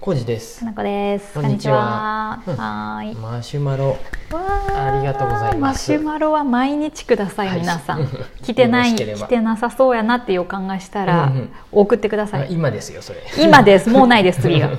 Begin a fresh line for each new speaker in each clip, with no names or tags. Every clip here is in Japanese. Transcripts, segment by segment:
コウジです
か。なこです。
こんにちは
こんにちははーい。
マシュマロ
わー
ありがとうございます
マシュマロは毎日ください、
はい
皆さ
うん
ん。 来てな
よ
い、
ろしければ
来てなさそうやなって予感がしたら、
うんうん
送ってくださ
あ
い。
今ですよそれ。
今です。もうな いです、次が
は。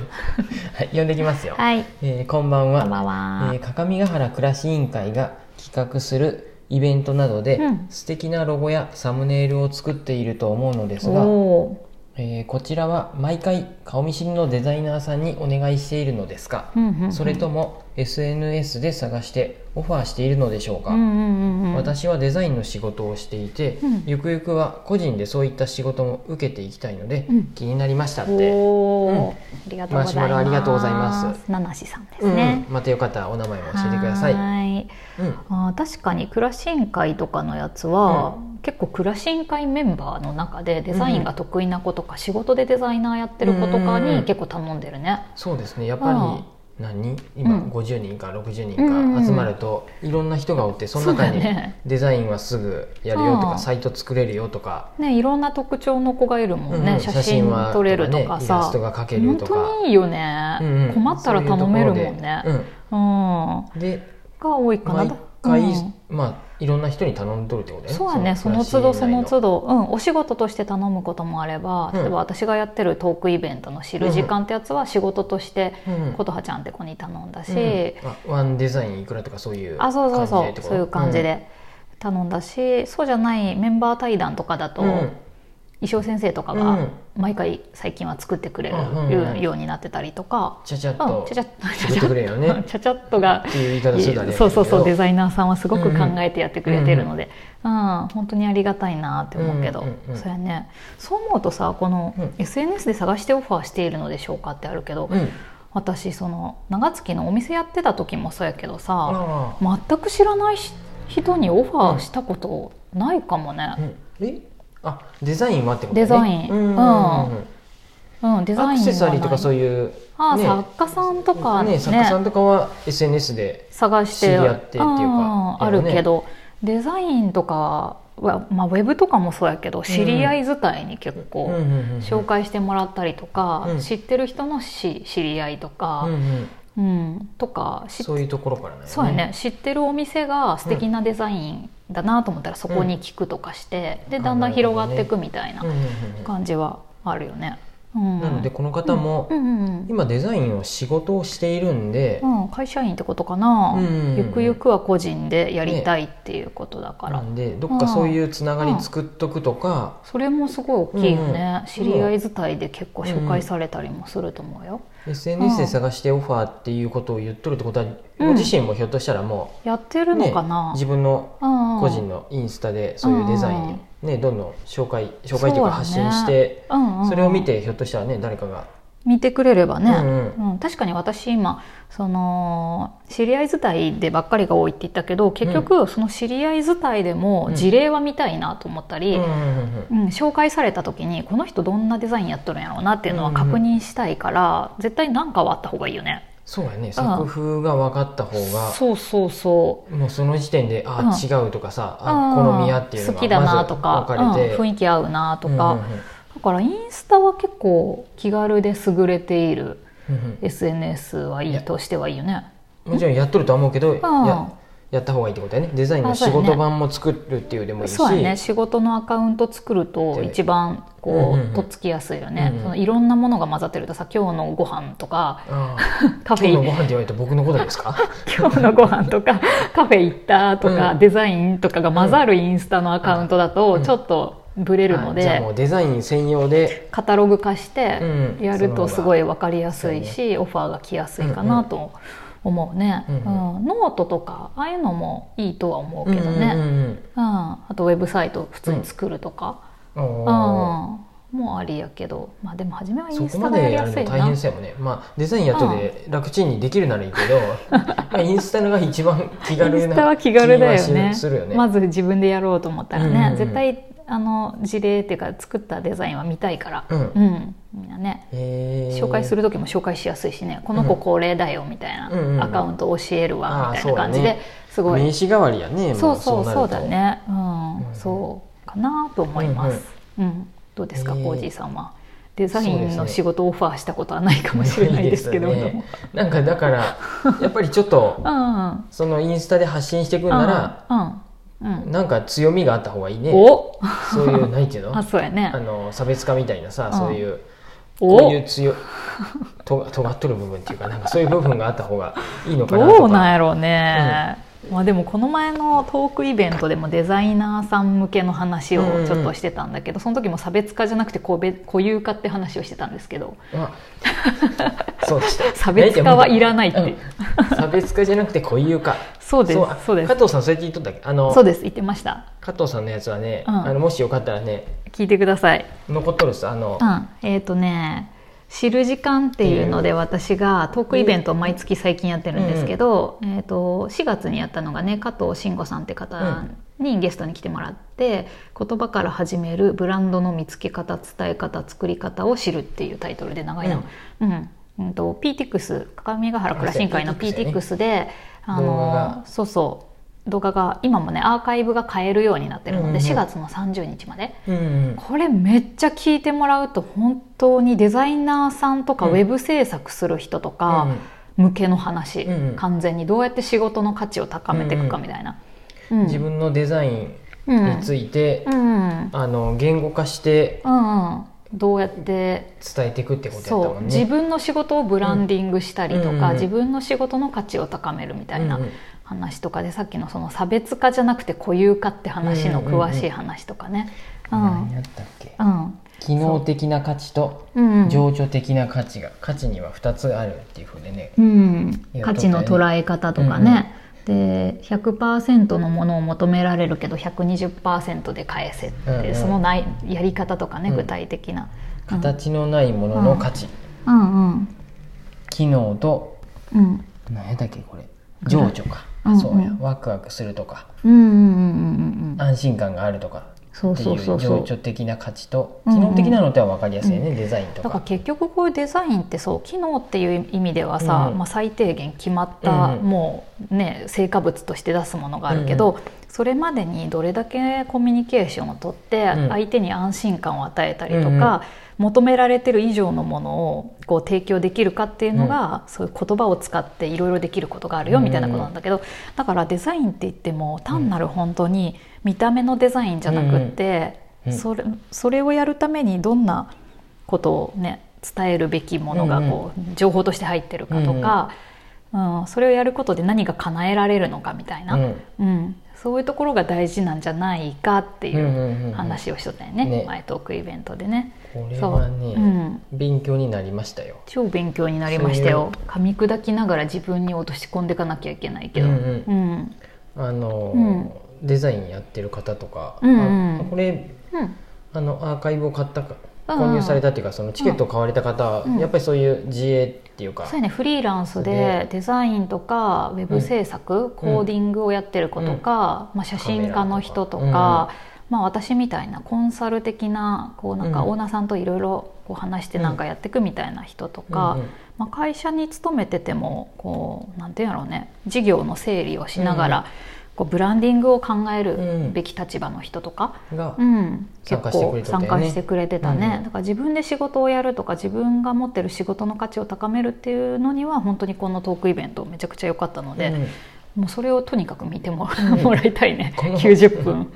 い呼んできますよ。
はい。
えーこんばんは。
こんばんは
えー各務原暮らし委員会が企画するイベントなどで、
うん
素敵なロゴやサムネイルを作っていると思うのですが、
おー
えーこちらは毎回顔見知りのデザイナーさんにお願いしているのですか、
うんうんうん
それとも SNS で探してオファーしているのでしょうか、
うんうんうんうん。
私はデザインの仕事をしていて、
うん
ゆくゆくは個人でそういった仕事も受けていきたいので、
うん
気になりましたって、う
お
ん
ーありがとうございま
マ
す。
シュマロありがとうございます
ナナシさんで
う
す
ん
ね。
またよかったらお名前も教えてください
はーい。
うん
あー確かにクラシン会とかのやつは、結構クラシン会メンバーの中でデザインが得意な子とか、仕事でデザイナーやってる子とか
うん
に結構頼んでるね。
そうですねやっぱり、
うん
何今
うん
50人か60
うん
人
う
か
ん
集まるといろんな人がおってその中
そう
に
だね
デザインはすぐやるよと
う
か
ん
サイト作れるよとか、
ねいろんな特徴の子がいるもん
う
ね、
んうん
写真
は
撮れるとか
ねイラ
さ
ストが描ける
本
とか
当にいいよね、
うんうん
困ったら頼めるもん
そう
ね。
いうところで
うん
うんで
が多いかな
毎回、
うん
まあいろんな人に頼んどるってことだよね
そうやねその都度その
暮らし以外
都度、うん、お仕事として頼むこともあれば
うん
例えば私がやってるトークイベントの知る時間ってやつは仕事として
うんうん
琴葉ちゃんって子に頼んだし、
うんあワンデザインいくらとかそういう
あそうそうそ
感じでって
う
こと
そういう感じで頼んだし、そうじゃないメンバー対談とかだと、
うん
衣装先生とか
う
が
ん
毎回最近は作ってくれ
うんうんうん
るようになってたりとか、
ちゃちゃっ
うん
と
ちゃちゃっ
作ってくれるよ ね
ちゃちゃっとが
っていう言い方するとあれやけ
そ
ど
うそうそうデザイナーさんはすごく考えてやってくれてるので、うん本当にありがたいなって思うけど、
うんうんうん
そうやねそう思うとさこの
うん
SNS で探してオファーしているのでしょうかってあるけど、
うん
私その長月のお店やってた時もそうやけどさ
あ
全く知らないし人にオファーしたことないかも
あう
ね、
んえあデザインはってことね
デザイン
うんうんうんうん
うんデザインは
アク
ない
セサリーとかそういう
あー
ね
作家さんとかね
ね作家さんとかは SNS で
探して
知り合ってっていうか
うんあ
やる
る
ね
けど、デザインとかは、まあ、ウェブとかもそうやけど知り合い伝いに結
うんうん
構
うんうん
紹介してもらったりとか、
うん
知ってる人のし知り合いとか
うん、うん
うんとか知っ
そういうところからね
そうやね知ってるお店が素敵なデザインだなと思ったらそこに聞くとかして、で
あ
だんだん広がっ
な
て
る
い
ほ
くみたい
うんう
なん
うんう
感じはあるよね。うん
んなのでこの方も
うんうんうん
今デザインを仕事をしているんで
うん、会社員ってことかな、
うんうんうん
ゆくゆくは個人でやりたいっていうことだから、
なんでどっかそういうつながり作っとくとか
それもすごい大きいよね、
うん
知り合い伝いで結構紹介されたりもすると思うよ、
SNS で探してオファーっていうことを言っとるってことはご自身もひょっとしたらも
やって
う
るの
ね
かな、
自分の
うんうん
個人のインスタでそういうデザインねどんどん紹介紹介というか発信して
そうだねうんうんうん
それを見てひょっとしたらね誰かが
見てくれればね、
う
うんん確かに私今その知り合い伝いでばっかりが多いって言ったけど結局その知り合い伝いでも
うん
事例は見たいなと思った
う
り、
んう
うんん
うん
紹介された時にこの人どんなデザインやっとるんやろうなっていうのは確認したいから、絶対何かはあった方がいいよね。
そうやね作風が分かった方が
そうそうそう
もうその時点であ
うん
違うとかさあ好みやっていうの
好きだ
がま
な
ず
と
分
か
かれて
うん雰囲気合うなとか、
うんうん
だからインスタは結構気軽で優れている
うんうん
SNS はい
いや
いとしてはいいよね。
もちろんやっとるとは思うけど、
ん
ややった方がいいってことだよねデザインの
あそう
仕
やね
事版も作るっていうでもいいし
そうやね仕事のアカウント作ると
で
一番こ
うんうんうん
うとっつきやすいよね、
うんうん
そのいろんなものが混ざってるとさ今日のご飯 とか
あ
カ
あ
フェ
今日のご
行
飯って言われて僕のことですか
今日のご飯と かカフェ行ったとか、
うん
デザインとかが混ざるインスタのアカウントだ
う
と
ん
ちょっとブレるの
あじ
で、
ゃあもうデザイン専用で
カタログ化して
うん
やるとすごい分かりやすい
そ
し、オファーが来やすいかなと思うね、
う
うんん
うん
ノートとかああいうのもいいとは思うけどね、
う
うんん
うんうん
あとウェブサイト普通に作るとか、
うん
う
お
ん
ー
もありやけどまあでも初めはイ
そ
ン
こ
ス
ま
タがや
で
り
や
や
る
す
の
い
大
な
変そうやもんね、まあ、デザインやっとで楽ちんにできるならいいけど、 まあインスタのが一番気軽な
インスタは気軽だよ
気
ね
はするよね、
まず自分でやろうと思ったらね、
うんうんうん
絶対あの事例っていうか作ったデザインは見たいから、
うん
うん、みんなね
へー
紹介する時も紹介しやすいしねこの子高齢だよみたい
うんうんうん
なアカウント教える
あー
わみたいな感じ
そうだ
で
ね
すごい
名刺代わりやね
そ
も
うそう
なる
そ
と
うだねう
うん
んそうかなと思いますうんどうですか
えー
コージーさんはデザインの仕事をオファーしたことはないかもしれないですけども、
ないですねなんかだからやっぱりちょっと
うん
そのインスタで発信していくんなら
うんうん、
なんか強みがあった方がいいね
お
そういうないけど
あ
あ
そうやね
の差別化みたいなさ
うん
そういうこうい
お
う強いと尖っとる部分っていうかなんかそういう部分があった方がいいのかなとか
どうなんやろうね、まあ、でもこの前のトークイベントでもデザイナーさん向けの話をちょっとしてたんだけど、その時も差別化じゃなくて個別固有化って話をしてたんですけど
あそうでした
差別化はいらないって
うん差別化じゃなくて固有化
そうです
あ
そうです
加藤さんそうやって言っとったっけあの
そうです言ってました
加藤さんのやつはね、
うん
あのもしよかったらね
聞いてください
残っとるっすあの、
うん、えっ、とね「知る時間」っていうので私がトークイベントを毎月最近やってるんですけど、えー、と4月にやったのがね加藤慎吾さんって方にゲストに来てもらって「言葉から始めるブランドの見つけ方伝え方作り方を知る」っていうタイトルで長いの。うんうんと PTX 鏡ヶ原クラシン会の PTX であ
動画
の
が
そうそう動画が今もねアーカイブが変えるようになってるの
うん
で
うん
4月の30日まで
うんうん
これめっちゃ聞いてもらうと本当にデザイナーさんとかウ
うん
ェブ制作する人とか向けの話、
うんうん
完全にどうやって仕事の価値を高めていくかみたいな、うん
自分のデザイン
うん
について、
うんうん
あの言語化して
うんどうやって
伝えていくってことやった
そ
も
うん
ね
自分の仕事をブランディングしたりと
うんうん
か
うん
自分の仕事の価値を高めるみたいな
うんうん
話とかでさっきのその差別化じゃなくて固有化って話の詳しい話とかね。うん
何やったっけ
うん
機能的な価値と
うんうん
情緒的な価値が価値には2つあるっていうふうでね
うん
い、や
価値の捉え方とかね、で100%のものを求められるけど120%で返せって、
うんうん
そのないやり方とかね
うん
具体的な、うん、
形のないものの価値、
うんうん
機能と
うん
何やったっけこれ情緒か、
うん
そうや
うん
ワクワクするとか
うんうんうんうんうん
安心感があるとか
そう
ってい
そううそう
情
そう
緒的な価値と
うん
機
うん
能的なのっては分かりやすいよね、デザインと
だか
か。
ら結局こういうデザインってそう機能っていう意味ではさ、
うん
まあ、最低限決まった、
うんうん
もうね成果物として出すものがあるけど、それまでにどれだけコミュニケーションをとって
うん
相手に安心感を与えたりと
うんうん
か、求められてる以上のものをこう提供できるかっていうのが、そういう言葉を使っていろいろできることがあるよ
うん
みたいなことなんだけど、だからデザインって言っても単なる本当に見た目のデザインじゃなくって、
うんうん
それそれをやるためにどんなことをね伝えるべきものがこう、情報として入ってるかとか、うんそれをやることで何が叶えられるのかみたいな、
う
うんんそういうところが大事なんじゃないかって
うん
いう
うんうん
話をしとったよね,、
ね
前トークイベントでね。
これ
そう、
はね、
うん、
勉強になりましたよ。
超勉強になりましたよ
そ
噛み砕きながら自分に落とし込んでいかなきゃいけないけど。
うん
うん
あの、
うん
デザインやってる方とか、
うんうん
あこれ
うん
あのアーカイブを買ったか
うん
購入されたっていうかそのチケットを買われた方は、
うん
やっぱりそういう自営っていうか、
そうやねフリーランスで
で
デザインとかウェブ制作、コーディングをやってる子とか、まあ、写真家の人とか
カメラとか
まあ、私みたいなコンサル的なこうなんか
うん
オーナーさんといろいろこう話してなんかやっていくみたいな人とか、
うんうん
まあ、会社に勤めててもこうなんていうんやろうね事業の整理をしながら、
うん
こうブランディングを考え
う
る
ん
べき立場の人とか、
が、
うん、結
参加してくれ
構
とったよ
参
ね
加してくれてたね、
うん
だから自分で仕事をやるとか自分が持ってる仕事の価値を高めるっていうのには本当にこのトークイベントめちゃくちゃ良かったので、
うん
もうそれをとにかく見ても,、
うん
もらいたいね
この
90分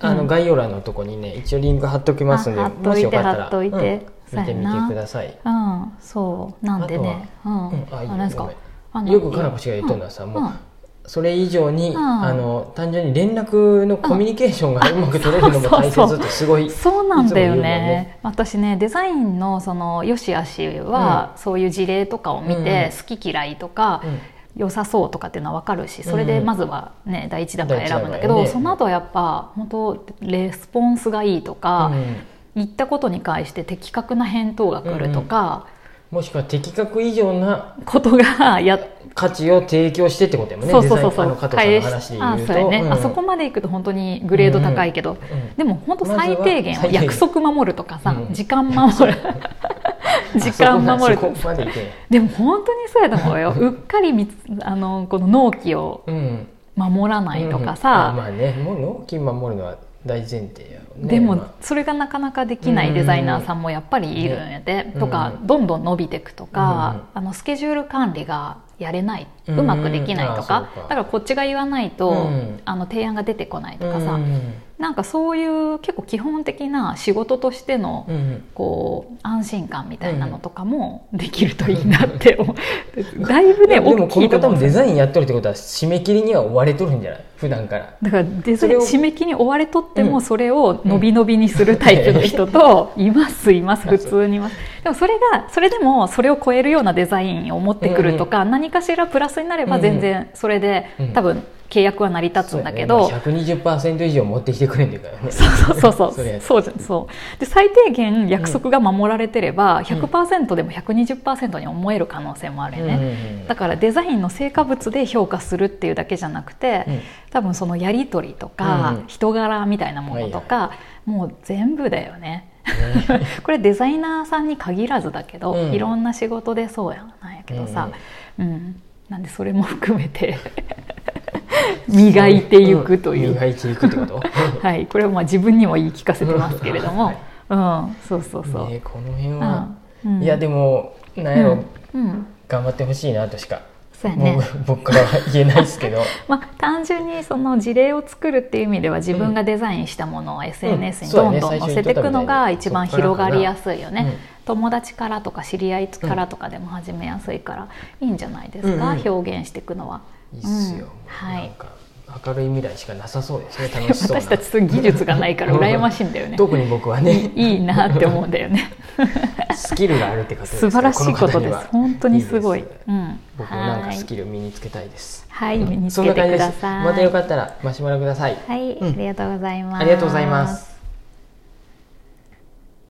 あの概要欄のとこにね一応リンク貼っときますんで
あ貼っといて
もしよかったら
貼っといて
うん見てみ
そうやな
てください。
うんそうなんでねうん
うんあいいよ
あなんですかあの
よくかなこ氏が言っとるのはさ、
うん
もう、それ以上に、
うん
あの単純に連絡のコミュニケーションがうまく取れるのも大切ってすごい。
そうなんだよ
いつも言うも
ね
んね
私ねデザインのその良し悪しは、そういう事例とかを見て、
う
好き嫌いとか、
うん
良さそうとかっていうのは分かるしそれ
うん
で
うん
まずはね、第一段階選ぶんだけど、
第一段階ね
その後はやっぱ本当レスポンスがいいとか、
うん
言ったことに関して的確な返答が来るとか、
もしくは的確以上な
ことがやっ
価値を提供してってことやもんね。
そうそうそ
デザイ
うそ
ンあの
う
加藤さんの話で
あ
言うと、
そうやね、
うん
あそこまで行くと本当にグレード高いけど、
うん
でも本当最低限
まず
は
は最低限
約束守るとかさ、
うん
時間 守る時間守る
あそこまでいけん
でも本当にそうやと思うようっかりみつあのこの納期を
うん。
守らないとかさ、
うんまあね、もう納期守るのは大前提やろうね
でも
ま
それがなかなかできないデザイナーさんもやっぱりいるんやで、
うん
とか
うん
どんどん伸びていくとか、あのスケジュール管理がやれない、
う
うんまくできない
あそ
とか
うか
だからこっちが言わないと、
うん
あの提案が出てこない
あ
とかさ、
うん
なんかそういう結構基本的な仕事としての、
うん
こう安心感みたいなのとかもできるといいなって思う だいぶね
でも
大
こ
き
の
いと
方
思う
も
ん
デ
ですよ
ザインやっとるってことは締め切りには追われとるんじゃない普段から
だからデ
そ
ザイン
れを
締め切りに追われとって
うん
もそれを伸び伸びにするタイプの 人といますいます普通にいますでもそれがそれでもそれを超えるようなデザインを持ってくるとか何かしらプラスになれば全然それで
うん
多分契約は成り立つんだけ
そ
ど
うやねまあ120%以上持ってきてくれんっていうからね
そうそうそ う
そ
そ
れや
うそうじゃんそうで最低限約束が守られてれば100%でも120%に思える可能性もあるよね、だ
か
からデザインの成果物で評価するっていうだけじゃなくて、
うん
多分そのやり取りと
うん
か
うん
人柄みたいなものとか、もう全部だよ ね
らね
これデザイナーさんに限らずだけど、
うん
いろんな仕事でそうやなんやけどさ、うんなんでそれも含めて磨いていくという、
ん磨いていくってこと
はい、これはまあ自分にも言い聞かせてますけれども、うん、そう そうそう。
ねこの辺
う
は
んうん
いやでもなん
う
や
ん
ろ、
うん、
頑張ってほしいなとしか
そうや
も
ね
う。僕からは言えないですけ ど
まあ、単純にその事例を作るっていう意味では自分がデザインしたものを SNS にどんどん載せていくのが一番広がりやすいよ
うん
ね友達からとか知り合いからとかでも始めやすいからいいんじゃないですか、
うんうん
表現していくのは。
いいっすよ、
うんは
なん
い
か明るい未来しかなさそうですね楽しそうな
私たちそういう技術がないから羨ましいんだよね。
特に僕はね
いいなって思うんだよ ね。
スキルがあるってことですね
素晴らしいことです。本当にすごい。
この方には
う
いいです僕もなん
ん、
かス
はい
キルを身につけたいです
はい、身につ
そん
け
な
て
感じで
くだ
す
さい。
またよかったらマシュマロください
はい、
うん
ありがとうございます。
ありがとうございます